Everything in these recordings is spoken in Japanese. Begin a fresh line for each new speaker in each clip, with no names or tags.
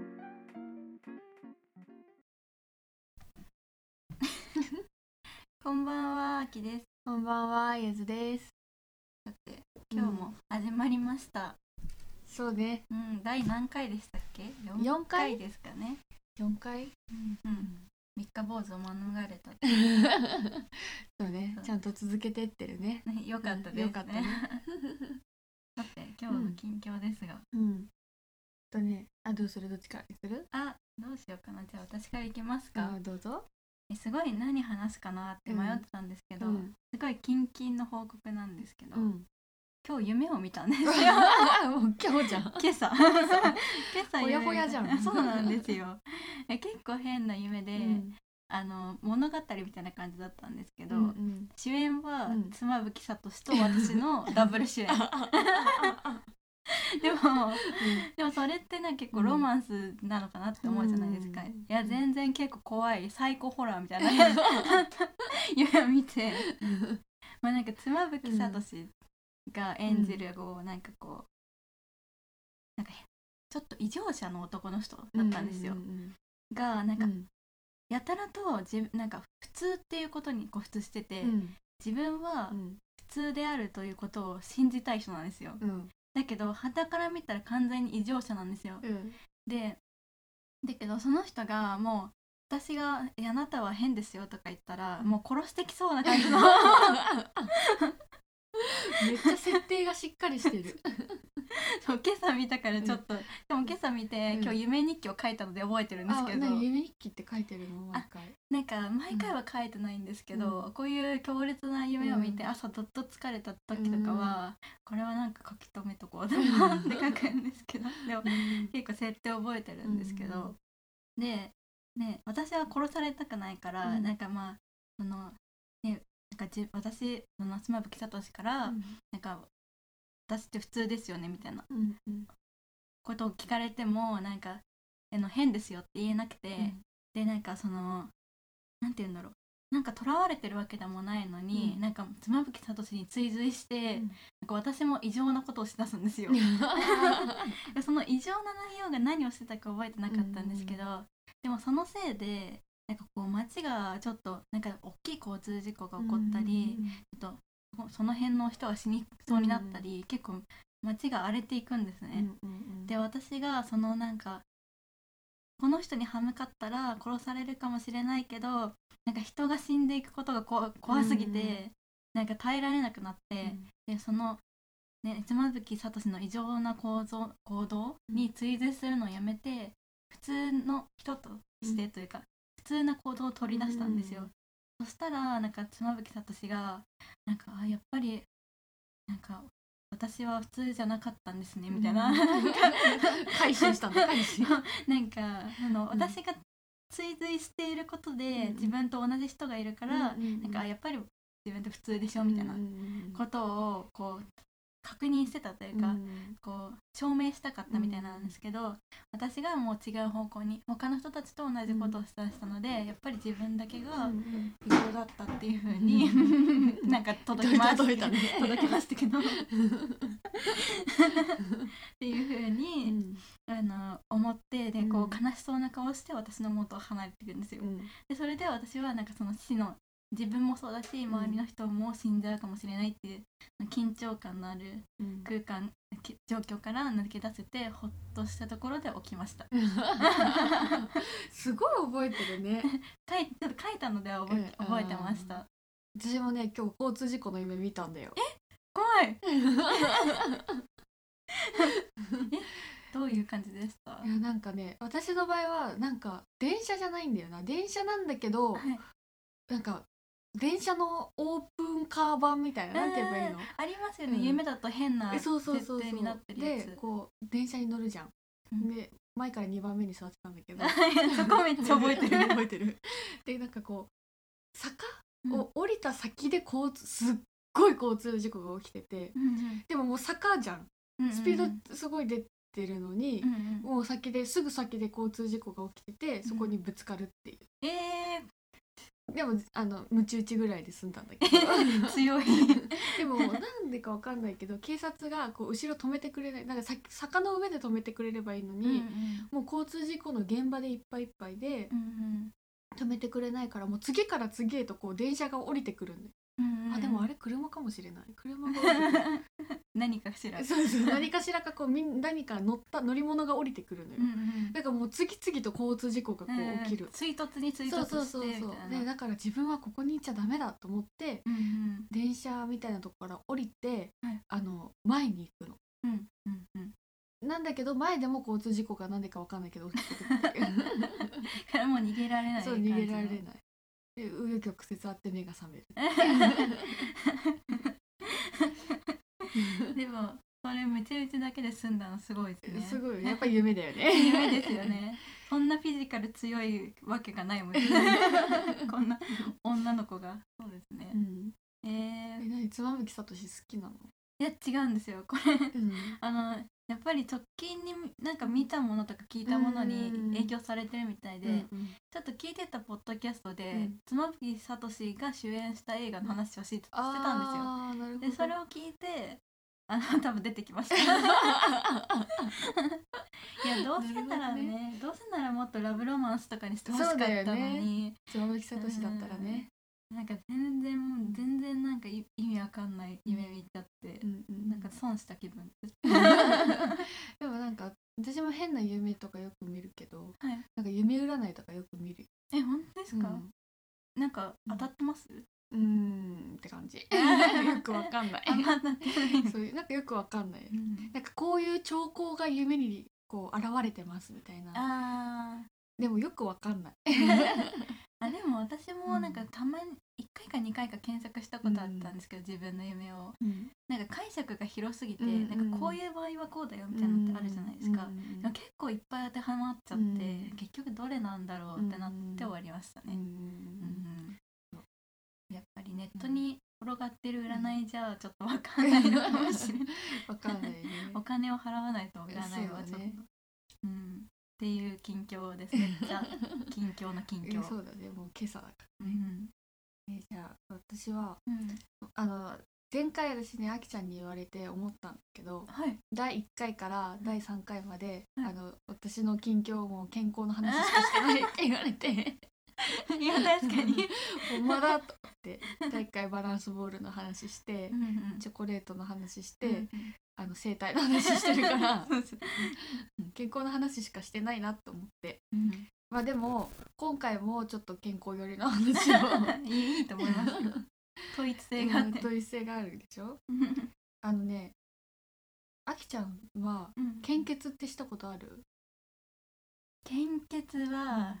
こんばんは、あきです。
こんばんは、ゆずです。
だって、今日も始まりました。
そうね、
うん、第何回でしたっけ
四回
ですかね。
4回
うん。三日坊主を免れた。
そうね
そう、
ちゃんと続けてってるね。
ね、よかったですね。
よかったね
だって、今日の近況ですが。
うん。とね、あ、どうするどっちからする
あ、どうしようかな。じゃあ私から行きますか
あ。、どうぞ。
えすごい何話すかなって迷ってたんですけど、
うん。
すごいキンキンの報告なんですけど、
うん。
今日夢を見たん ですよ。
もう今日じゃん。
今 朝今朝夢
ほやほやじゃん
そうなんですよえ結構変な夢で、
うん
あの物語みたいな感じだったんですけど、
うんうん
主演は
うん
妻夫木聡と私 のダブル主演でもでもそれってなんか結構ロマンスなのかなって思うじゃないですか、
うん
いや全然結構怖いサイコホラーみたいな 夢を見てまあなんか妻夫木聡が演じるこうなんかこうなんかちょっと異常者の男の人だったんですよ、
ううん
がなん
う
か
ん
やたらと自分なんか普通っていうことに固執してて、
うん
自分は
うん
普通であるということを信じたい人なんですよ
うん
だけど傍から見たら完全に異常者なんですよ
うん
でだけどその人がもう私が「えあなたは変ですよ」とか言ったらもう殺してきそうな感じ の
めっちゃ設定がしっかりしてる。
そう今朝見たからちょっと、でも今朝見て、
うん
今日夢日記を書いたので覚えてるんです
あ、
けど
なに夢日記って書いてるの毎回。
なんか毎回は書いてないんですけど、
う
こういう強烈な夢を見て
うん
朝どっと疲れた時とかは、これはなんか書き留めとこうと思って書くんですけどでも
うん
結構設定覚えてるんですけど、で、ね、私は殺されたくないから、
うん
なんかまあその、ね、なんかじ私その妻夫木聡から、なんか私って普通ですよねみたいな
うんうん
ことを聞かれてもなんかあの変ですよって言えなくて。
うん
でなんかそのなんて言うんだろうなんか囚われてるわけでもないのに、
うん
なんか妻夫木聡に追随して、なんか私も異常なことをしだすんですよでその異常な内容が何をしてたか覚えてなかったんですけど、でもそのせいでなんかこう街がちょっとなんか大きい交通事故が起こったり、ちょっとその辺の人が死にそうになったり、結構街が荒れていくんですね、
うんうんうん
で私がそのなんかこの人に歯向かったら殺されるかもしれないけどなんか人が死んでいくことがこ怖すぎて、
うんうん
なんか耐えられなくなって、でその、ね、妻夫木聡の異常な構造行動に追随するのをやめて普通の人としてというか、普通な行動を取り出したんですよ。そしたらなんか妻夫木聡がなんかあやっぱりなんか私は普通じゃなかったんですねみたいな、
うん
なんか
回収したの回収
なん かあの、
うん
私が追随していることで、
うんうん
自分と同じ人がいるから、なんかあやっぱり自分って普通でしょみたいなことをこう確認してたというか、こう証明したかったみたいなんですけど、私がもう違う方向に他の人たちと同じことをしたしたので、やっぱり自分だけが異常だったっていうふうに、
うん
なんか届きました
届いたね
届きましたけどっていうふうに、あの思ってでこう
うん
悲しそうな顔して私の元を離れていくんですよ。でそれで私はなんかその死の自分もそうだし
ん
周りの人も死んじゃうかもしれないっていう緊張感のある空間き状況から抜け出せてほっとしたところで起きました。
すごい覚えてるね
書いちょっと書いたのでは覚え,、
うん
覚えてました。
私もね今日交通事故の夢見たんだよ
怖い どういう感じでしたはい
やなんかね私の場合はなんか電車じゃないんだよな電車なんだけど
い
なんか電車のオープンカー版みたいななんて言えばいいの
ありますよね、
うん
夢だと変な
え
設
そうそうそう
定
そ
になって
う
るやつ
で。こう電車に乗るじゃん、
うん
で前から2番目に座ってたんだけど
そこめっちゃ覚えてる。
覚えてるでなんかこう坂を降りた先で交通すっごい交通事故が起きててでももう坂じゃんスピードすごい出てるのに、もう先ですぐ先で交通事故が起きててそこにぶつかるっていう、
ええ
でもあのムチ打ちぐらいで済んだんだ けど
強い。
でもなんでかわかんないけど警察がこう後ろ止めてくれないなんかさ坂の上で止めてくれればいいのに、もう交通事故の現場でいっぱいいっぱいで、止めてくれないからもう次から次へとこう電車が降りてくるんで、
うんうん
あでもあれ車かもしれない車が降りてく る
何かしら
そうそう何かしらかこうみん何か乗った乗り物が降りてくるのよ、
うんうん
だからもう次々と交通事故がこ
うんうん
う起きる、
追突に追
そう
突
そう
し
そう
てみたい
そう
な
でだから自分はここに行っちゃダメだと思って
うんうん
電車みたいなとこから降りて、
はい
あの前に行くの
うんうんうん
なんだけど前でも交通事故が何でか分かんないけど起きてく るっていう
からもう逃げられない
そう
感じ
逃
の
げられないで紆余曲折あって目が覚める
でもそれめちゃめちゃだけで済んだのすごいです ね
すごいやっぱ夢だよね
夢ですよねそんなフィジカル強いわけがないもんねこんな女の子がそうですね
うん
え
え
ー、
何妻夫木聡好きなの、
いや違うんですよこれあのやっぱり直近になんか見たものとか聞いたものに
うん
影響されてるみたいで、
うんうん
ちょっと聞いてたポッドキャストで、
うん
妻夫木聡が主演した映画の話をししてたんですよ。
あーなるほど
でそれを聞いてあの多分出てきま した。いやどうせならね
な
どうせならもっとラブロマンスとかにしてほしかった
そうだ
の
よ
に、
妻夫木聡だったらね、
なんか全然もう全然なんかい意味わかんない夢見ちゃって、
うんうん
なんか損した気分です。
でもなんか私も変な夢とかよく見るけど
はい、
なんか夢占いとかよく見るよ
え本当ですか、なんか当たってます、
うん、うんって 感じよくわかんない
あんま当たってない
そういうなんかよくわかんない
うん
なんかこういう兆候が夢にこう現れてますみたいな
あー
でもよくわか んない
あでも私もなんか
うん
たまに1回か2回か検索したことあったんですけど、自分の夢を
うん
なんか解釈が広すぎて、
うんうん
なんかこういう場合はこうだよみたいなのってあるじゃないですか、
うん
でも結構いっぱい当てはまっちゃって、
うん
結局どれなんだろうってなって終わりました
うんう
ね、うん
ん
やっぱりネットに転がってる占いじゃちょっとわかんないのかもしれない
わかんないね
お金を払わないと占いはち
そ
ょっと
うだね
うん、っていう近況ですねじゃあ近況の近況
そうだねもう今朝だから
うん
えじゃあ私は
うん
あの前回私ねあきちゃんに言われて思ったんだけど
はい
第1回から第3回まで、
はい
あの私の近況も健康の話しかしてないって言われ て
いや確かに。
ほんまだと思って第1回バランスボールの話して
うんうん
チョコレートの話して、
で
あの生態の話してるから
そうそう
うん健康の話しかしてないなと思って
うん
まあでも今回もちょっと健康寄りの話を
いいいいと思います けど。統一性があって。
問い性があるでしょ
うん
あのねあきちゃんは
うん
献血ってしたことある
献血は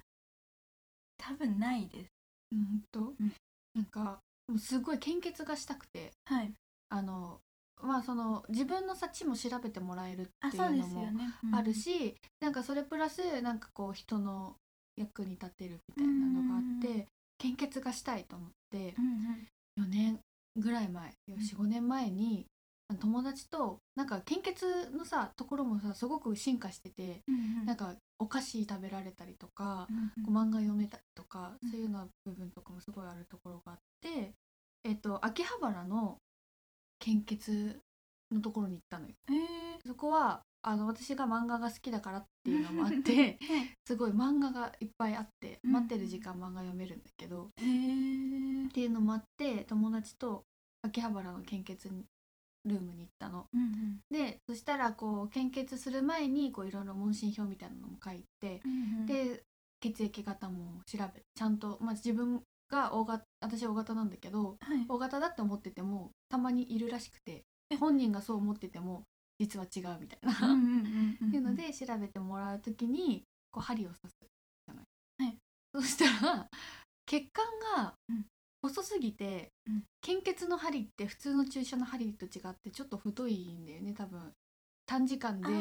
多分ないです。
うんと、
うん
なんかもうすごい献血がしたくて
はい。
あのまあその自分のさ血も調べてもらえる
あ
ってい
そう
う
で
の
す
も
よね。
あるし、なんかそれプラスなんかこう人の役に立てるみたいなのがあって、
う
献血がしたいと思って
うん。うん
4年ぐらい前45年前にあの友達となんか献血のさところもさすごく進化してて、
うん
なんかお菓子食べられたりとか、
うん
こう漫画読めたりとか、
うん
そういうような部分とかもすごいあるところがあって、えっと、秋葉原の献血のところに行ったのよ。
え
そこはあの私が漫画が好きだからっていうのもあって
ー はい
すごい漫画がいっぱいあって
うん
待ってる時間漫画読めるんだけど、
えー
っていうのもあって友達と秋葉原の献血ルームに行ったの。
うんうん
でそしたらこう献血する前にこういろいろ問診票みたいなのも書いて、
うんうん
で血液型も調べちゃんと、まあ、自分が大型私は O 型なんだけど
はい
O 型だって思っててもたまにいるらしくて本人がそう思ってても実は違うみたいな。
うん
っ
うんうんん
ていうので調べてもらう時にこう針を刺すじゃない。
はい
そしたら血管が
うん
細すぎて、
うん
献血の針って普通の注射の針と違ってちょっと太いんだよね多分短時間で
あ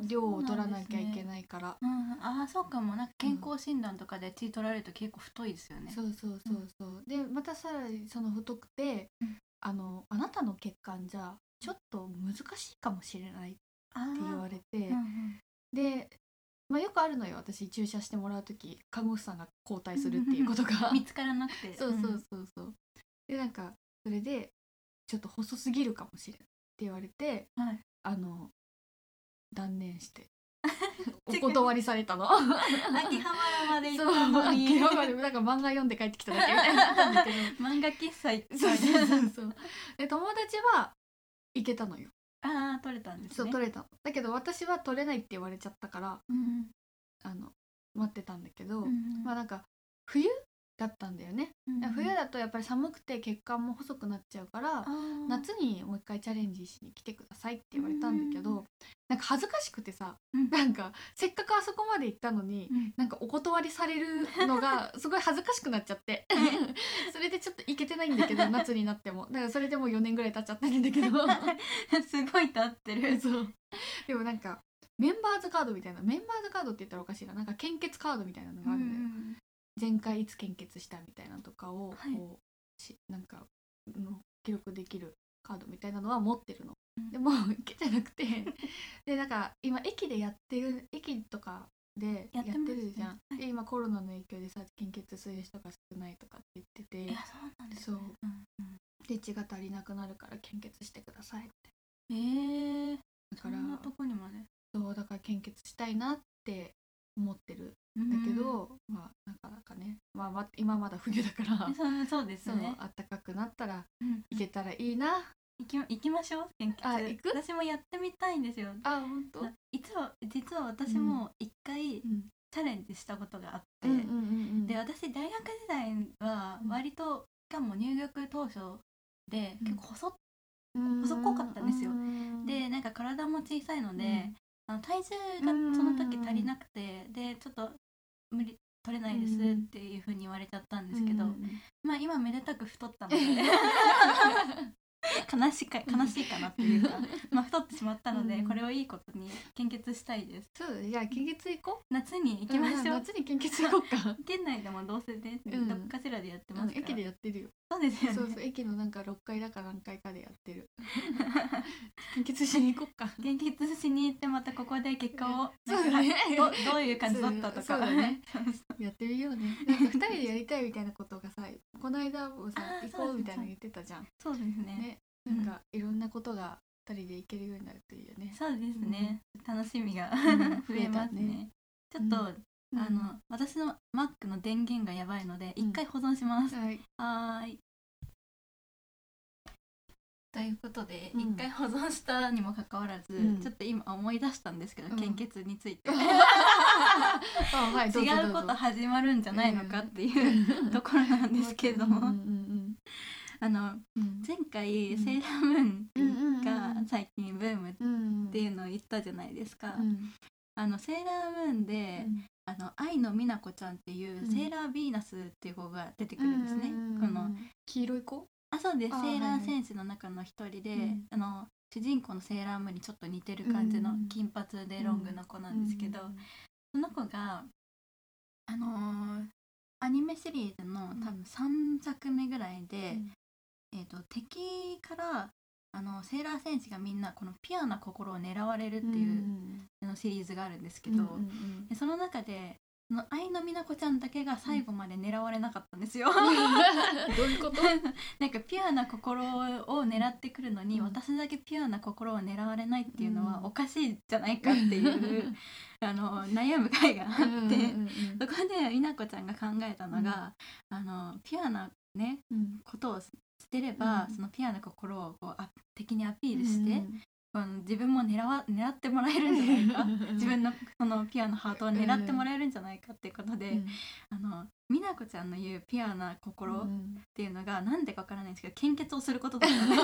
ー
量を取らなきゃい
そうなんです
け
ね
ないから
うんあーそうかもなんか健康診断とかで血取られると結構太いですよね。
そうそうそうそう、でまたさらにその太くて、
うん
あのあなたの血管じゃちょっと難しいかもしれないって
あー
言われて、
うんうん
で、まあ、よくあるのよ私注射してもらう時看護師さんが交代するっていうことが
見つからなくて。
そうそ
ん
うそうそうでなんかそれでちょっと細すぎるかもしれないって言われて
はい。
あの断念しておお断りされたの
秋葉原まで行
そう
ったの
秋
に
葉原でなんか漫画読んで帰ってきただけみたいになったんだけど
漫画喫茶行った
そう
みたい
そう
な
そうそうで友達は行けたのよ
ああ取れたんですね
そう取れたのだけど私は取れないって言われちゃったから
うん
あの待ってたんだけ
う
ど、
んうん
まあなんか冬だったんだよね、
うんうん
冬だとやっぱり寒くて血管も細くなっちゃうから
あー
夏にもう一回チャレンジしに来てくださいって言われたんだけど、
うん
なんか恥ずかしくてさ、
うん
なんかせっかくあそこまで行ったのに、
うん
なんかお断りされるのがすごい恥ずかしくなっちゃってそれでちょっと行けてないんだけど夏になってもだからそれでもう4年ぐらい経っちゃってるんだけど
すごい立ってる
そうでもなんかメンバーズカードみたいなメンバーズカードって言ったらおかしいななんか献血カードみたいなのがあるんだよ、
うん
前回いつ献血したみたいなのとかをこ、
はいう
しなんかの記録できるカードみたいなのは持ってるの、
うん
でもけじゃなくてでなんか今駅でやってる駅とかでや
や
っ
っててま
る
すね
じゃん、
はい
で今コロナの影響でさ献血する人が少ないとかって言
い
って
や
て
そうなんです
そう
うんうん
で血が足りなくなるから献血してくださいって
ええ
だ
そ
から
んなとこにまで
そうだから献血したいなって思ってるんだけど、まあなかなかね、まあま、今まだ冬だから
うんそうそうです
そう
ね
あったかくなったら
うん
行けたらいいな。
行き行きましょう献血
あ行く
私もやってみたいんですよ
あ、本当。
いつは実は私も一回
うん。
チャレンジしたことがあって、
うんうんうんうん。
で私大学時代は割としかも入学当初で
うん
結構細っ
うん、
そこ濃かったんですよ
うん
て、なんか体も小さいので、
うん
あの体重
うん
がその時足りなくてでちょっと無理取れないです
うん
っていうふうに言われちゃったんですけど、
うんうん
まあ今めでたく太ったの
う
で
ん
悲しいか悲しいかなっていうか、まあ、太ってしまったので、
うん
これをいいことに献血したいです
そうじゃあ献血行こ
夏に行
う。
きまし
ん
ょう、
夏に献血行こうか。
県内でもどうせね、
うん
どっかしらでやって
う
ま
ん
すから、
駅でやって るよ。
そうですよね
そうそう駅のなんか六階だか何階かでやってる。献血しに行こうか。
献血しに行ってまたここで結果を
そう
なん
だ
か
ね
どどういう感じだったと
そう
か
だね
そうそう
やってみようね。なんか二人でやりたいみたいなことがさ、この間もさ
あー
行こうみ
そうそうそ
たいな
う
の言ってたじゃん。
そうですね
ね、なんかいろんなことが二人で行けるようになるといいよね。
そうですね、楽しみが
ん
増えますね,、ちょっと、
うん
あの私の Mac の電源がやばいので
うん
一回保存します、
はい、
はーいということで
うん
一、回保存したにもかかわらず、
うん
ちょっと今思い出したんですけど、
うん
献血について
あはい、どぞ
違う
ど
こ
ぞ
と始まるんじゃないのかっていう、ところなんですけど
うんう
も
ん
あの
うんうん
前回、
うん
セーラーム
うんうんうんう
ー
ん
ンが最近ブームっ
うん
ていうのを言ったじゃないですか、
うん
あのセーラームーンで、あの愛の美奈子ちゃんっていう、
うん
セーラーヴィーナスっていう子が出てくるんですね、
うん
この
黄色い子
あそうです
あー
セー
はい
ラ
はい
ー戦士の中の一人で、
うん
あの主人公のセーラームーンにちょっと似てる感じの
うん
金髪でロングの子なんですけど、その子があのーアニメシリーズの多分3作目ぐらいで、えー、と敵からあのセーラー戦士がみんなこのピュアな心を狙われるっていう、あのシリーズがあるんですけど、でその中でその愛の美奈子ちゃんだけが最後まで狙われなかったんですよ。
どういうこと
なんかピュアな心を狙ってくるのに、
うん
私だけピュアな心を狙われないっていうの
う
は
ん
おかしいじゃないかっていう、 あの悩む回があって、そこで美奈子ちゃんが考えたのが、あのピュアなねことを捨てれば、
うん
そのピュアな心をこうあ敵にアピールして、この自分も狙わ狙ってもらえるんじゃ ないか自分のそのピュアなハートを狙ってもらえるんじゃないかっていうことで、あの美奈子ちゃんの言うピュアな心っていうのがなんでかわからないんですけど献血をすることだったんです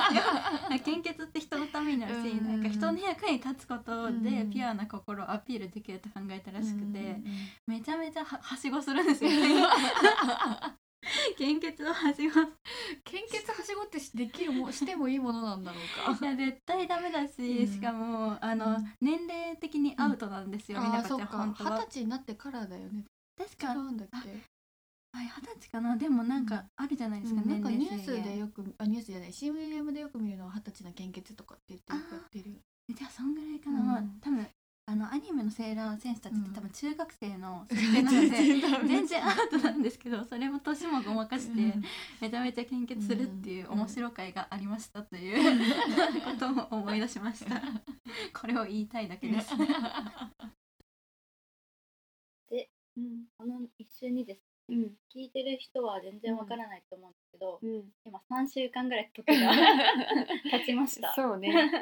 よ 献血って人のためになるし、
うん
なんか人の役に立つこと
う
で
ん
ピュアな心をアピールできると考えたらしくて、めちゃめちゃははしごするんです よ献血をはしご
献血はしごってできるもしてもいいものなんだろう
い
か
や絶対ダメだし、
うん
しかもあ
う
の
ん
年齢的にアウトなんですよ、みな
あ
こ
そ
ちゃ
うんか
本当
二
は
十。歳になってからだよね
確
違
か
うんだっけ
はい二十歳かなでもなんかあるじゃないですか、
うんなんか
年
ニュ
齢
ー
制限
スでよくあニュースじゃない CM でよく見るのは二十歳の献血とかって言ってよくやってるよ
じゃあそんぐらいかな、
うん
まあ多分あのアニメのセーラー選手たちって
うん
多分中学生の設定なので全然アートなんですけどそれも年もごまかしてめちゃめちゃ献血するっていう
うん
面白回がありましたと いうことを思い出しましたこれを言いたいだけです
うん
この一瞬にです
うん
聞いてる人は全然わからないと思うんですけど、
うん
今3週間ぐらい時が 経ちました
そうね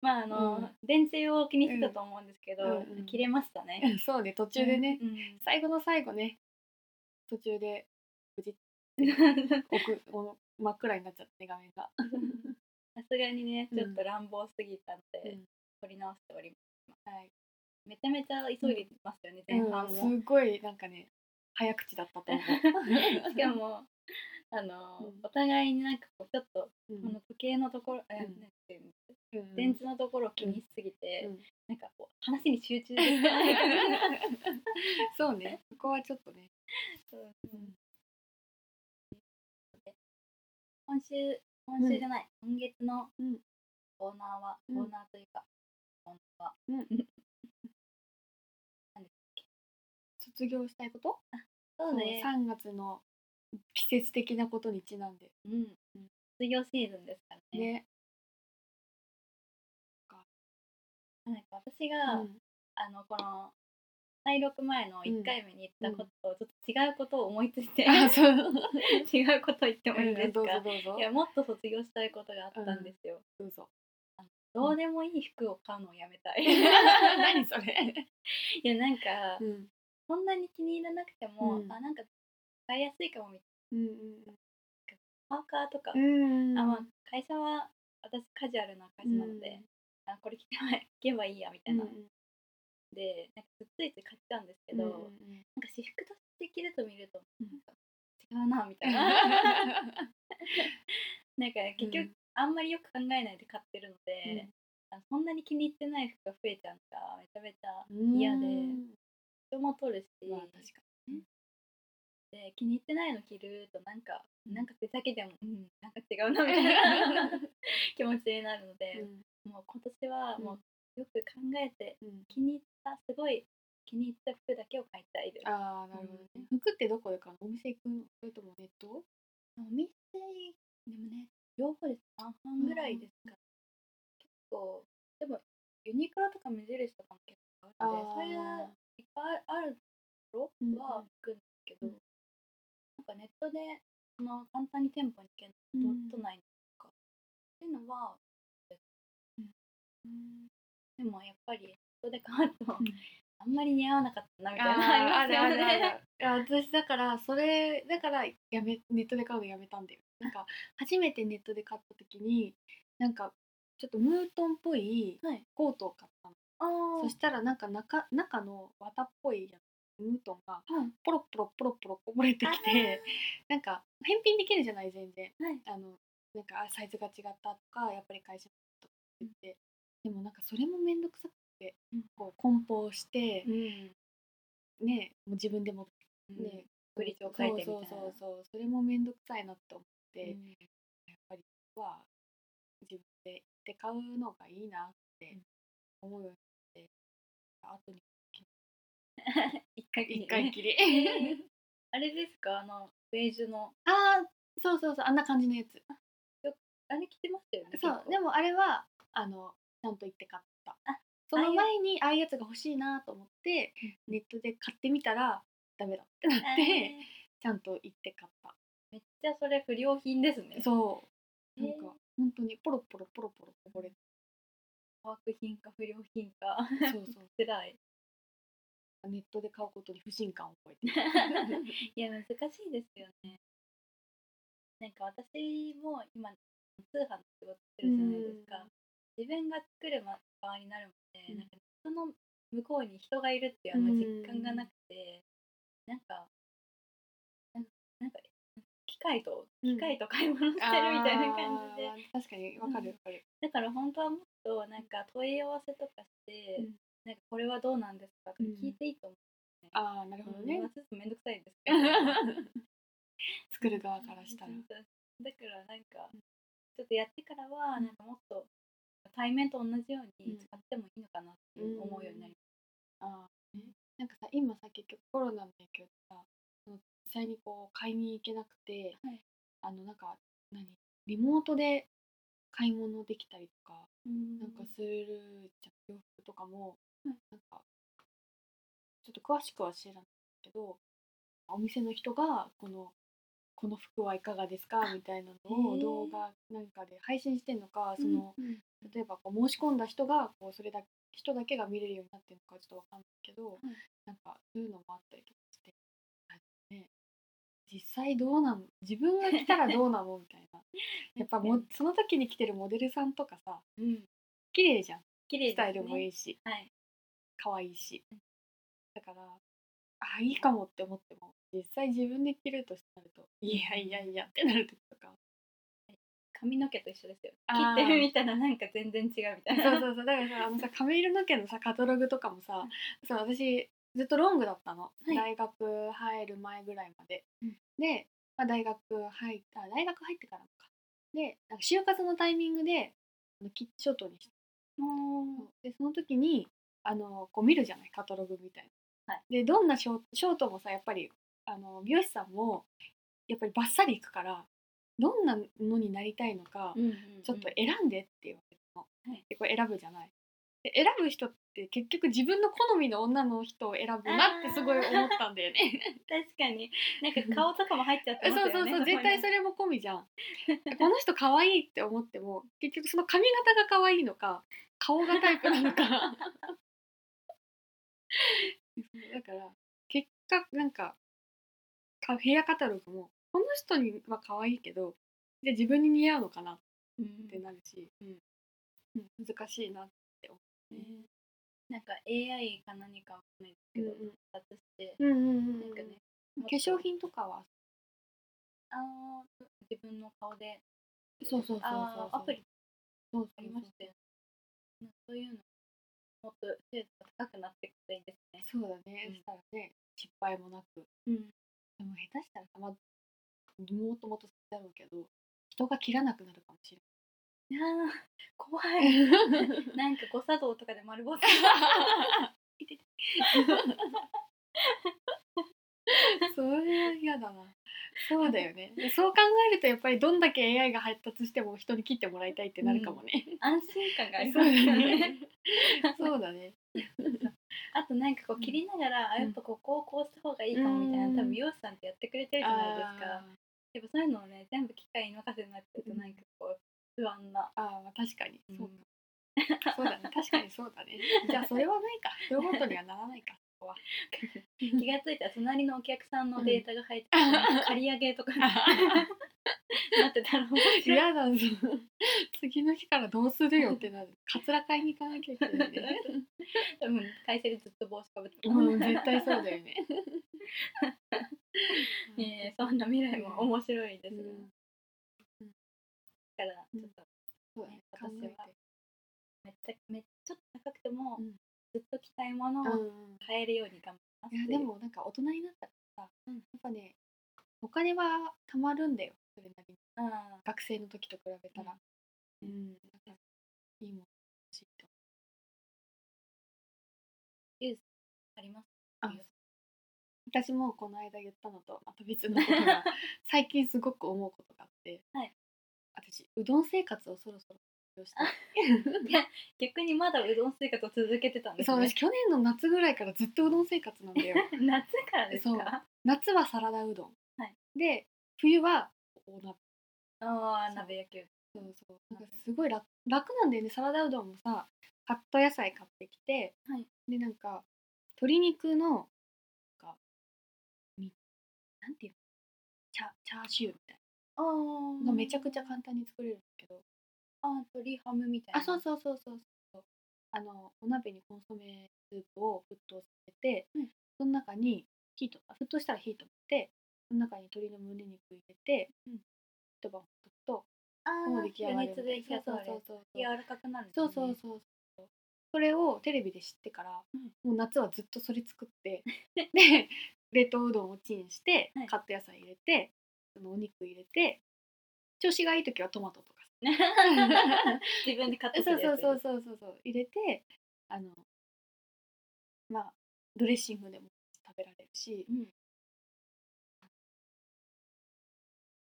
まああの、
うん
電池を気にしてたと思うんですけど、
うんうん
切れましたね
そうね途中でね、
うん
最後の最後ね途中で無事奥お真っ暗になっちゃって画面が
さすがにね
うん
ちょっと乱暴すぎたので、
うん
撮り直しております、
はい
めちゃめちゃ急いでますよね、前半
う
も、
んすごいなんかね早口だったと 思う
しかもあの、
うん
お互いになんかこうちょっと
うん
この時計のところ、え
うん
なんていうの
うん
電池のところを気にしすぎて、
うん
なんかこう話に集中できない
そうねそこはちょっとね
そう今週今週じゃない、今月の
うん
コーナーは、
うん
コーナーというかコーナーは
卒業したいこと
そうね、
3月の季節的なことにちなんで
うん、卒業シーズンですからね
ね
なんか私が、
うん
あのこの収録前の1回目に言ったことをちょっと違うことを思いついて、
あそう
違うこと言ってもいいです
ど
か、
うぞどうぞ
いやもっと卒業したいことがあったんですよ、
どう ぞ
どうでもいい服を買うのをやめたい
何それ
いやなんか、
うん
そんなに気に入らなくても、
うん
あなんか買いやすいかもみた
う
い
ん
なパーカーとか、
うん
あまあ、会社は私カジュアルな会社なので、あこれ着てまいけばいいやみたいな、でなんかついつい買っちゃうんですけど、なんか私服として着ると見ると
うん
なんか違うなみたいな なんか結局、
うん
あんまりよく考えないで買ってるので、あそんなに気に入ってない服が増えちゃうのがめちゃめちゃ嫌で人も取るし、
まあ確かにね
で気に入ってないの着るとなんか、
うん
なんか手先でも、うん、なんか違うなみたい な気持ちになるので、もう今年はもうよく考えて気に入ったすごい気に入った服だけを買いたいです。
あなるほどね服ってどこで買うのお店行くのそれともネット
お店でもね両方です半々ぐらいですか、結構でもユニクロとか無印とかも結構あるのでそれがいっぱいあるところは行くんですけど、
うん
なんかネットでその簡単に店舗に行けない都都内にとかっていうのは、でもやっぱりネットで買うと、
ん
あんまり似合わなかったなみたいな
あ
り
る
ま
あ
す
る
よね
ある私だからそれだからやめネットで買うのやめたんだよなんか初めてネットで買った時になんかちょっとムートンっぽい
はい
コートを買ったの、
あー
そしたらなんか中中の綿っぽいやつムートンが
うん
ポロポロポロポロこぼれてきてなんか返品できるじゃない全然、
はい
あのなんかあサイズが違ったとかやっぱり会社とか言って、でもなんかそれも面倒くさくて、
うん
こう梱包して
う、ん
ねもう自分でも
うん
ね、
グリッドを変えてみたいな
そうそうそうそうそれも面倒くさいなって思って、やっ
うん
ぱりは自分で行って買うのがいいなって思うようになって、
一回
あと
きりね
一回きり
あれですかあのベージュの
ああそうそうそうあんな感じのやつ
あれ着てましたよね
そうで
も
もあれはあのちゃんと行って買ったその前にああいうやつが欲しいなと思ってネットで買ってみたらダメだってなってちゃんと行って買っ
めっちゃそれ不良品ですね
たそう
えー
なんか本当にポロポロポロポロこぼれて
化学品か不良品か
そうそう
つらい
ネットで買うことに不信感を覚え て
いや難しいですよねなんか私も今通販の仕事してるじゃないですか自分が作るま側になるので、
うん
なんか人の向こうに人がいるっていうあんま実感がなくて、なんかなんなんか機械と
うん
機械と買い物してるみたいな感じで、
あー確かにわかるわかる、
だから本当はもっとなんか問い合わせとかして、
うん
なんかこれはどうなんですかとか聞いていいと思
ああなるほ
う、
どね、
まあちょっとめんどくさいんです けど
作る側からしたら、
そうそうだからなんかちょっとやってからはなんかもっと対面と同じように使ってもいいのかなっていう思うようになり
あーねなんかさ今さ結局コロナの影響でさその実際にこう買いに行けなくて、
はい
あのなんか何リモートで買い物できたりとか、
ま
なん
した、
かするじゃん洋服とかも、
はい
なんかちょっと詳しくは知らないけどお店の人がこのこの服はいかがですかみたいなのへ
え
を動画なんかで配信してんのかその、
うんうん
例えばこう申し込んだ人がこうそれだ人だけが見れるようになってるのかちょっとわかんないけど、
い
なんかそういうのもあったりとかしてあのね実際どうなの自分が来たらどうなのみたいなやっぱもその時に来てるモデルさんとかさ
うん
綺麗じゃん
綺麗
スタイルもい
い
いし
はい
可愛いしだからあいいかもって思っても実際自分で着るとなるといやいやいやってなる時とか
髪の毛と一緒ですよ
あー
切ってみたらなんか全然違うみたいな
そうそうそうだからさあのさ亀色の毛のさカタログとかもさ、そう私ずっとロングだったの、
い
大学入る前ぐらいまで、
うん
で、まあ、大学入った大学入ってからもかでなんか就活のタイミングであのキッショートにしたでその時にあのこう見るじゃないカタログみたいな、
はい
でどんなショーショートもさやっぱりあの美容師さんもやっぱりバッサリいくからどんなのになりたいのか、
うんうんうん
ちょっと選んでって言われたの、
はい
でこれ選ぶじゃないで選ぶ人って結局自分の好みの女の人を選ぶなってすごい思ったんだよ ね
確かになんか顔とかも入っちゃって
そう
ますよ
そう
ね
そう
こに
絶対それも込みじゃんこの人可愛いって思っても 結局その髪型が可愛いのか顔がタイプなのか だから結果なんかかヘアカタログもこの人には可愛いけどじゃあ自分に似合うのかな
うん
ってなるし、うん難しいなって思うね。
なんか AI か何かわかんないですけど発達して
うんうんうん
なんかね
化粧品とかは
あの自分の顔で
そうそうそうそう
あーアプリ
そう
ありましたよねうんそういうのもっと精度が高くなってくれいいですね
そうそうだね、
うん
したらね失敗もなく
うん
でも下手したらさまあもっともっとだろうけど人が切らなくなるかもし
いやー怖
れ
い
ない
なんか誤作動とかで丸ぼっち
それは嫌だなそうだよねでそう考えるとやっぱりどんだけ AI が発達しても人に切ってもらいたいってなるかもね、
安心感があり
そ
ま
う
す
だ
よ
ね
ね
そうだね
あとなんかこう切りながら、あ
うん
やっぱここをこうした方がいいかもみたいな、
うん
多分美容師さんってやってくれてるじゃないですかやっぱそういうのをね全部機械に任せになっちゃうと
うん
なんかこう不安な、
あーあーまあ確かに、そう
うん
かそうだね確かにそうだねじゃあそれはないかロボットにはならないかそこは
気がついたら隣のお客さんのデータが入ってて、 なんか借り上げとかなってたら面白い
嫌だぞ次の日からどうするよってなるかつら買いに行かなきゃいけないね
うん会社でずっと帽子かぶってた、
うん絶対そうだよ ね
ねえそんな未来も面白いですね、
うん
だからちょっと
そうだね考えて
めっちゃめっちゃちょっと高くても、
うん
ずっと着たいもの
う
を
ん
買えるように頑張りま
い
す
やでもなんか大人になったらさ、
うん
やっぱねお金は貯まるんだよそれなりに
うん
学生の時と比べたら、うんなんかいいもの欲しいと
ユースあります
あ私もこの間言ったのとまた別のこと が最近すごく思うことがあって、
はい
私うどん生活をそろそろ卒業したい
逆にまだうどん生活を続けてたんです
そう
ね
私去年の夏ぐらいからずっとうどん生活なん だよ
夏からです
そう
か
夏はサラダうどん、
はい
で冬はお鍋
あ
そ
あ
う
鍋焼きう
そうそう
うん
なんかすごい楽楽なんだよねサラダうどんもさカット野菜買ってきて、
はい
でなんか鶏肉のなんかみなんていうのチャチャーシューみたい
ど
なんのがめちゃくちゃ簡単に作れるんだけど、
あー鶏ハムみたいな
あそうそうそうそうそうあのお鍋にコンソメスープを沸騰させて、
うん
その中にヒートあ沸騰したら火止めてその中に鶏の胸肉入れて、
うん
一晩ほっとくと
あ
も
あ
う出来上がるみた
余熱
い
で火
な
が通
そうそうそ
る
うそう
柔らかくなるんですね
そうそうそうそう。それをテレビで知ってから、もう夏はずっとそれ作 って、で、冷凍うどんをチンして
はい、
カット野菜入れて、そのお肉入れて、調子がいい時はトマトとか。
自分で買って
そうそうそうそうそうそう入れて、あの、まあドレッシングでも食べられるし、
うん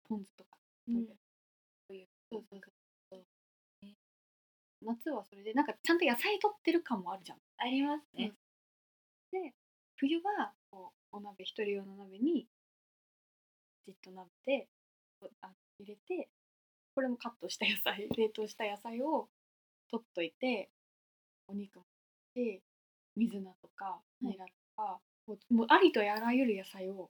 ポン酢とか
う
食べ
ん
る。そうそうそうそう。夏はそれでなんかちゃんと野菜取ってる感もあるじゃん。
ありますね
で冬はこお鍋一人用の鍋にじっと鍋でおあ入れてこれもカットした野菜 冷凍した野菜を取っといてお肉もで水菜とか
い
ニラとか、もうもうありとあらゆる野菜を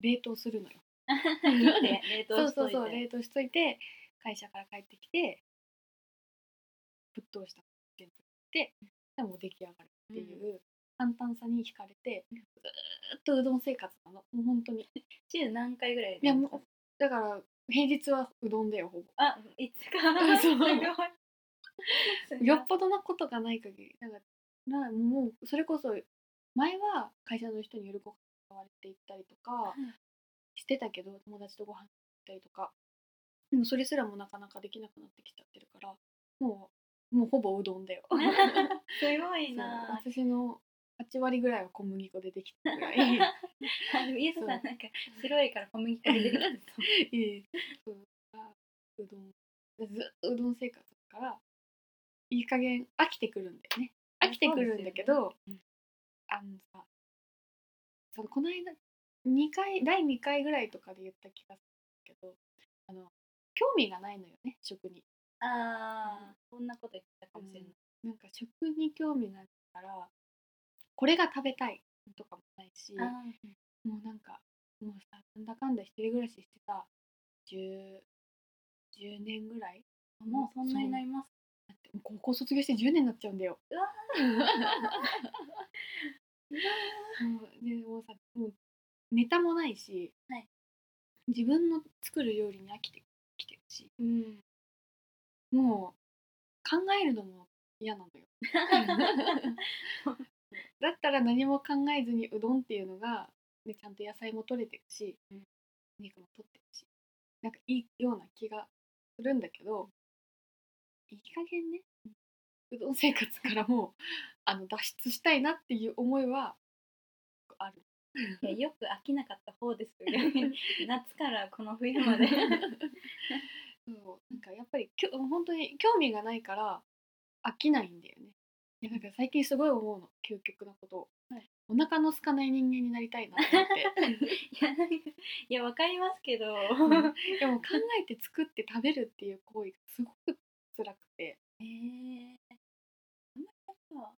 冷凍する のよ。
ね冷
そ
凍
う
しと
そう
いて
そう冷凍しといて会社から帰ってきてぶっ通したの全部入れてでもう出来上がるっていう簡単さに惹かれてずーっとうどん生活なのもう本当に
週何回ぐらい
いやもうだから平日はうどんだよほぼ
あいつか
そう
すごいすごい
よっぽどなことがない限りなんかなもうそれこそ前は会社の人に夜ご飯買われて行ったりとか
うん
してたけど友達とご飯行ったりとかでもそれすらもなかなかできなくなってきちゃってるからもうもうほぼうどんだよ
すご いな
そう私の8割ぐらいは小麦粉でできたぐらい
あでもイエスさんなんか白いから小麦粉でできたんですよ
いいそうあうどんずっとうどん生活だからいい加減飽きてくるんだよね飽きてくるんだけど、あのさそのこの間二回第2回ぐらいとかで言った気がするけどあの興味がないのよね食に。
ああこんなこと言ってたかもしれない
なんか食に興味ないからこれが食べたいとかもないし
あ
もうなんかもうさなんだかんだ一人暮らししてた 10, 10年ぐらい
ーもうそんなになります
だってもう高校卒業して10年になっちゃうん だよ。
うわ
もうでもうさもうネタもないし、
はい
自分の作る料理に飽きてきてるし
うん
もう考えるのも嫌なの よ。だったら何も考えずにうどんっていうのが、ね、ちゃんと野菜も取れてるし、お肉も取ってるしなんかいいような気がするんだけどいい加減ねうどん生活からもうあの脱出したいなっていう思いはある。
いやよく飽きなかった方ですよ 逆に夏からこの冬まで
そうなんかやっぱりきょ本当に興味がないから飽きないんだよね。いやなんか最近すごい思うの究極なことを、
はい
お腹の空かない人間になりたいなって思って
いやなんかいやわかりますけど、
うんでも考えて作って食べるっていう行為がすごく辛くて
えー、あんまりやっぱ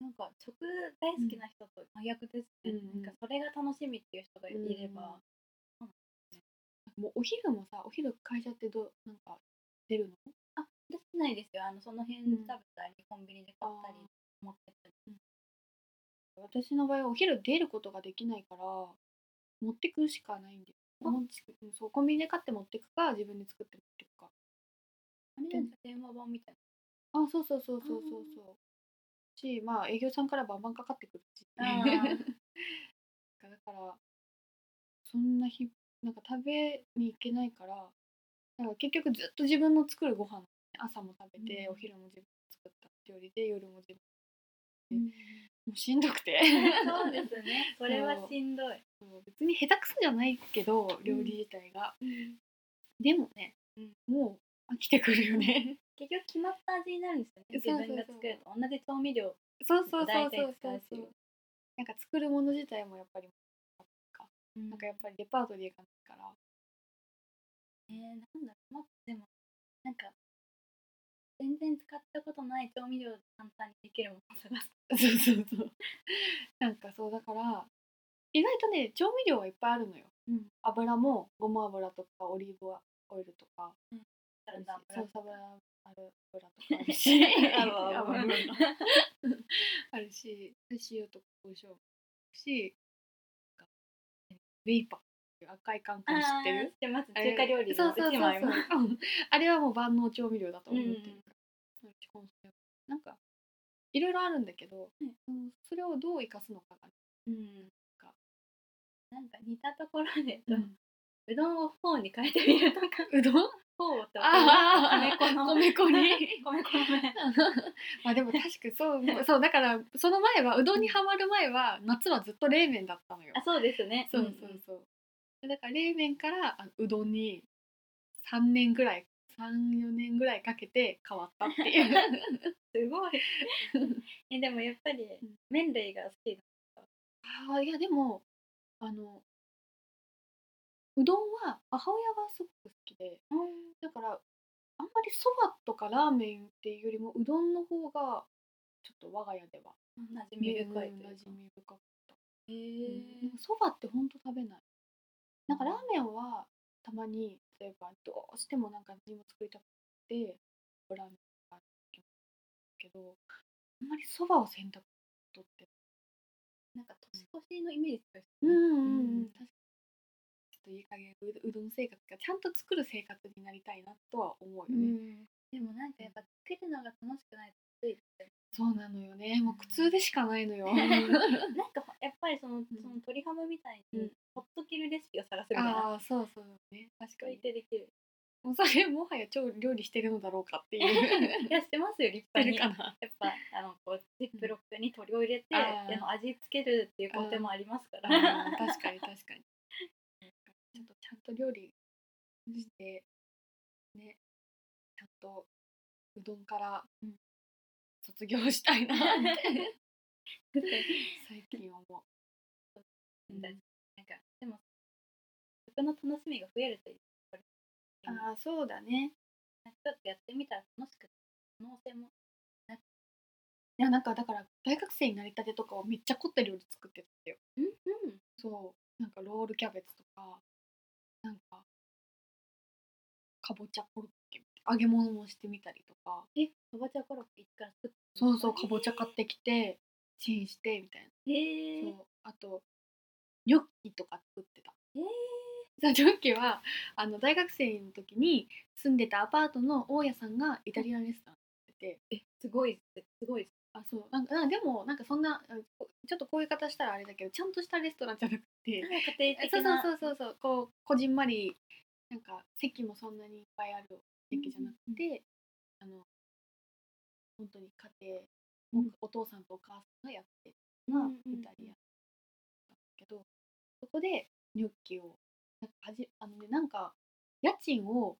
なんか食大好きな人と真逆ですね、
うんうん
なんかそれが楽しみっていう人がいれば、
もうお昼もさお昼会社ってどうなんか出るの
あ出せないですよあのその辺で食べたり、コンビニで買ったり
あー
持ってったり
私の場合はお昼出ることができないから持ってくしかないんだよ
あ
持ってくうんそうコンビニで買って持ってくか自分で作って持ってくか
あれなんか電話番みたい
あそうそうそうそうそうそうしまあ営業さんからバンバンかかってくるしだ
あ
からそんな日なんか食べに行けないからだから結局ずっと自分の作るご飯朝も食べて、
うん
お昼も自分で作った料理で夜も自分
な、
もうしんどくて
そうです ねそれはしんどい
そう別に下手くそじゃないけど料理自体が、でもね、
うん
もう飽きてくるよ ね
結局決まった味になるんですよね
そう
自
そうそう
分が作ると同じ調味料
そうそうそう
大
そう
体
そう
使うし
なんか作るもの自体もやっぱりなんかやっぱりレパートリーがないから
えー、なんだろうもっとでもなんか全然使ったことない調味料で簡単にできるものを探す
そうそうそう。なんかそうだから意外とね調味料はいっぱいあるのよ。
うん
油もごま油とかオリーブオイルとか
か
あ
ら
るし
な
そうサブラある油とかあるし
ある ある
油油あるし塩とか胡椒もあるしなんかウェイパーっていう赤いカンカン知ってる
知ってます
あれ
中華料理
そう
の
そうそう
一枚も
そううん あれはもう万能調味料だと思ってるから、なんか基本それなんかいろいろあるんだけど、
うん
うんそれをどう生かすのかが
うんなんか似たところで、う
ね、
どんをフォーに変えてみ るとか
うどん
フォーって
あ
米粉の
米粉に
米粉の麺
まあでも確かにそう もうそうだからその前はうどんにはまる前は夏はずっと冷麺だったのよ
あそうですね
そうそうそう、だから冷麺からあうどんに3年ぐらい34年ぐらいかけて変わったっていう
すごいえでもやっぱり麺類が好きな
ああいやでもあのうどんは母親がすごく好きでだからあんまりそばとかラーメンっていうよりもうどんの方がちょっと我が家では馴染み深いというか
馴染み深かった
へえそばってほんと食べないなんかラーメンはたまに例えばどうしてもなんか何も作りたくてラーメンがけどあんまりそばを選択とって
なんか年越しのイメージとか
うん
うんうん
確かにちょっといい加減ううどん生活がちゃんと作る生活になりたいなとは思うよね、
でもなんかやっぱ作るのが楽しくないとついて
そうなのよねもう苦痛でしかないのよ
なんかやっぱりそのその鶏ハムみたいにほっとけるレシピを探すみたいな
ああそうそうね確か
そう言っ
に
てできる
もうそれもはや超料理してるのだろうかっていう
いやしてますよ立
して
派
る
に
かな
やっぱあのこうジップロックに鶏を入れて、
あー
あの味付けるっていう工程もありますか
あ
ら、
ー確かに確かにちょっとちゃんと料理してねちゃんとうどんから卒業したいなって 最近思う
うんなんかでも食の楽しみが増えるという
ああそうだね
なんかちょっとやってみたら楽しく可能性も
いやなんかだから大学生になりたてとかはめっちゃ凝った料理作ってたんだよ
うんうん
そうなんかロールキャベツとかなんかかぼちゃコロッケみたいな揚げ物もしてみたりとか
えかぼちゃコロッケ一から作って
そうそうかぼちゃ買ってきてチンしてみたい
へ
な、
え
そうあとニョッキとか作ってた
えー
そうニョッキはあの大学生の時に住んでたアパートの大家さんがイタリアンレストランやってて
すごいっすすごいっす
あそうなんかなんかでもなんかそんなうんこちょっとこういう方したらあれだけどちゃんとしたレストランじゃなくて
なんか家庭
そう
的な
そうそうそうそうこうこじんまりなんか席もそんなにいっぱいある席じゃなくて、あの本当に家庭、
うん
お父さんとお母さんがやってるような
うんうんうん
イタリアンだったんだけどそこでニョッキをなんかはじあのねなんか家賃を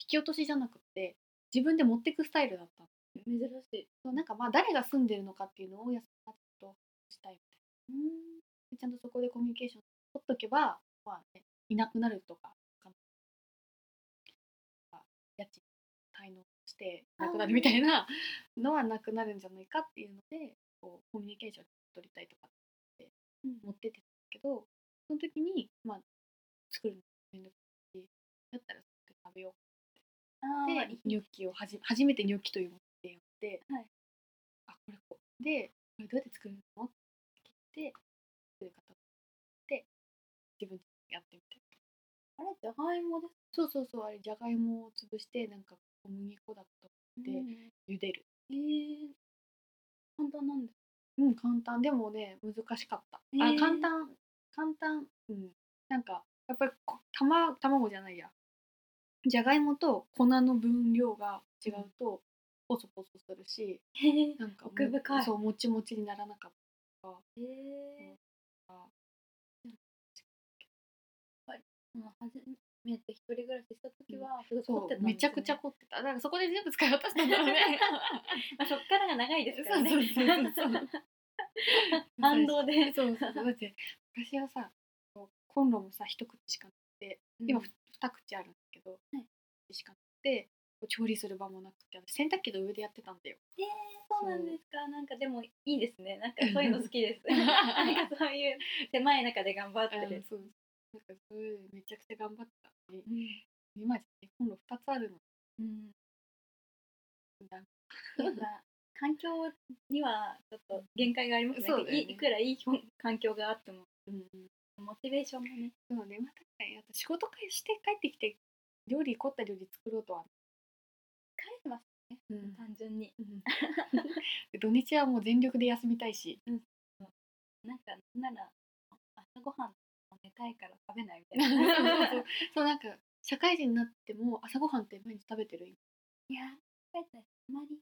引き落としじゃなくて自分で持ってくスタイルだったの
珍しい
そうなんかまあ誰が住んでるのかっていうのを大家さんがちょっとしたいみたいな。でちゃんとそこでコミュニケーション取っとけば、まあね、いなくなるとか、か家賃滞納していなくなるみたいなのはなくなるんじゃないかっていうので、こうコミュニケーション取りたいとかって持ってってたんだけど、その時に、まあ、作るのめんどくさいし、だったら作って食べよう
あー
でニョッキをはじ初めてニョッキというものでやって、
はい
あこれこうでこれどうやって作るのって聞いて作り方をで自分でやってみて
あれじゃがいもです
そうそうそうあれじゃがいもを潰してなんか小麦粉だとで
うん
茹でる
えー、簡単なんです
うん簡単でもね難しかった、
へ
あ
ー
簡単簡単うんなんかやっぱりこ卵卵じゃないやじゃがいもと粉の分量が違うとポソポソするし、
へ え
なんかも
奥深い
そうもちもちにならなかっ
へえ
たから
もう初めて一人暮らしした時はすごい凝
そ
っ
う、
てたんですね
めちゃくちゃ凝ってただからそこで全部使い渡したんだろうね
まあそっからが長い ですからね
そうそう そうそう
反動で
そうそうそうだって昔はさこうコンロもさ一口しかなくて今ふ二口あるんだけど、
はい
しかなくてこう調理する場もなくて私洗濯機の上でやってたんだよ
そうなんですか。なんかでもいいですね。なんかそういうの好 きです。なんかそういう狭い中で頑張って
うん
る。
そうなんかそういうのめちゃくちゃ頑張ってたのに、今じゃねコンロ二つあるの
うん。
だん
やっぱ環境にはちょっと限界がありますね。
そうだよね
いいくらいい環境があっても
うん
モチベーションもね。
そうね、まあ、確かにあと仕事かして帰ってきて料理凝った料理作ろうとは、
返します。
うん
単純に
土日はもう全力で休みたいし
なんかなんなら朝ごはんも寝たいから食べないみ
そ
た
う
い
そうそうそ
な。
うなんか社会人になっても朝ごはんって毎日食べてる
いや帰ったらあまり。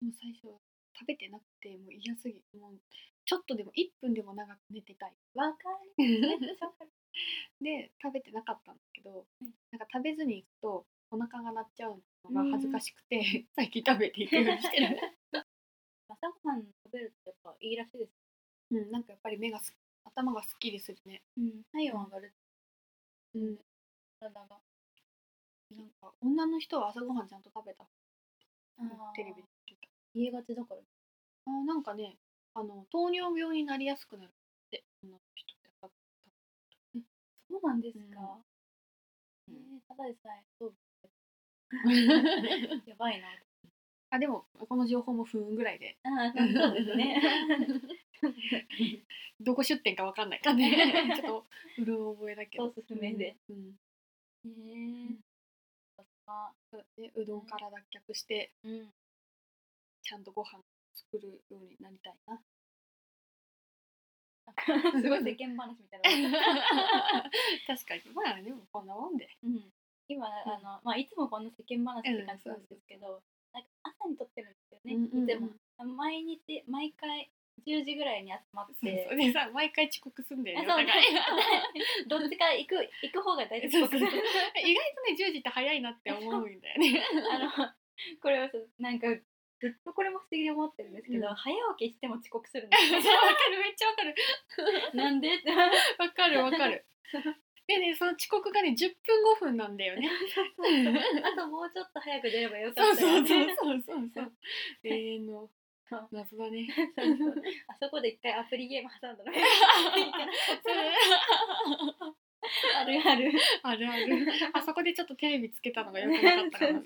もう最初は食べてなくてもう嫌すぎもうちょっとでも1分でも長く寝てた い
わかる。 めっちゃわかる。
で食べてなかったんだけど、
ん
なんか食べずに行くとお腹が鳴っちゃうの
う
が
ん
恥ずかしくて、 最近食べていくようにしてる
朝ごはん食べるってやっぱいいらしいです。
うん、なんかやっぱり目がす頭がすっきりするね。
うん、
体温上がる
うん、
体が
なんか女の人は朝ごはんちゃんと食べた。テレビで言ってた。
言えがちだから
あーなんかね、あの糖尿病になりやすくなるって女の人って朝
そうなんです
か
か、ええただでさえそう やばいな
あでもこの情報も不運ぐらいで
あーそうです ね
どこ出店かわかんないから ねちょっとうる覚えだけど
おすすめで、
うん
えー
そうねうどんから脱却して
うん
ちゃんとご飯を作るようになりたいな
すごい世間話みたいな。
確かにまあでもこんなもんで
うん、今、あの、まあ、いつもこんな世間話って感じなんですけど、なんか朝に撮ってるんですよね。
うんうんうん
いつも、毎日、毎回10時ぐらいに集まっ
そう
て。
でさ毎回遅刻すんだよ
あ
ね
そう
お互 い
どっちか行く、行く方が大
そう
丈
そう
夫。
意外とね10時って早いなって思 うんだよね
あの、これはそう、なんか、ずっとこれも不思議に思ってるんですけど、
うん
早起きしても遅刻するんで
わか
す
るめ
よ
っ ちゃわかる
なん でって。
わかるわかるでねその遅刻がね10分5分なんだよね
あともうちょっと早く出ればよか
そう
った
そ
よ
うそう
ね。
そうそうそう。永遠 の
そう
謎だね。
そうそうあそこで一回アプリゲーム挟んだの。あるある。
あるあ る。あそこでちょっとテレビつけたのが良くなかった かな。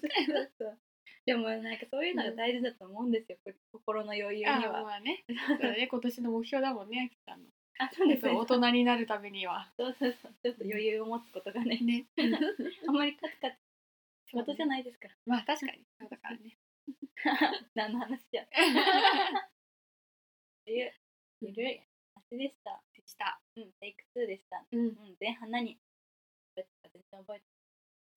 でもなんかそういうのが大事だと思うんですよ、こ心の余裕に
あ
は。
まあね。そうだね今年の目標だもんね、あきさんの。
あそうです
そう
ね
大人になるためには。
そうそうそうちょっと余裕を持つことがね
ね。
あんまりカツカツ仕
そう
事じゃないですか
まあ確かに。そうだからね。
ら 何の話じゃゆるゆるい話でした
でした。
うんテイク2でした
うん
う。ん前半何喋ったか全然覚えて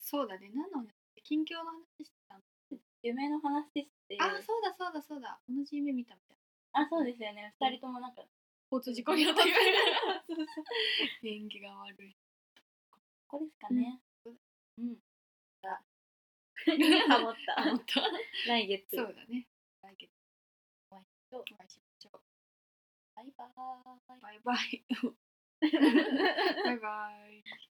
そうだね。何の話近況の話してたの。
ない夢の話して
あ、そうだそうだそうだ。同じ夢見たみたいな。
あそうですよね二人ともなんか
交通事故に遭った夢。
そうそう
縁起が悪い。
ここですかねうん、あ ハモった
あ、本 当。
来月
そうだね。来月
お会いし
お会いしましょう。
バイバーイ
バイバイ。バイバイ。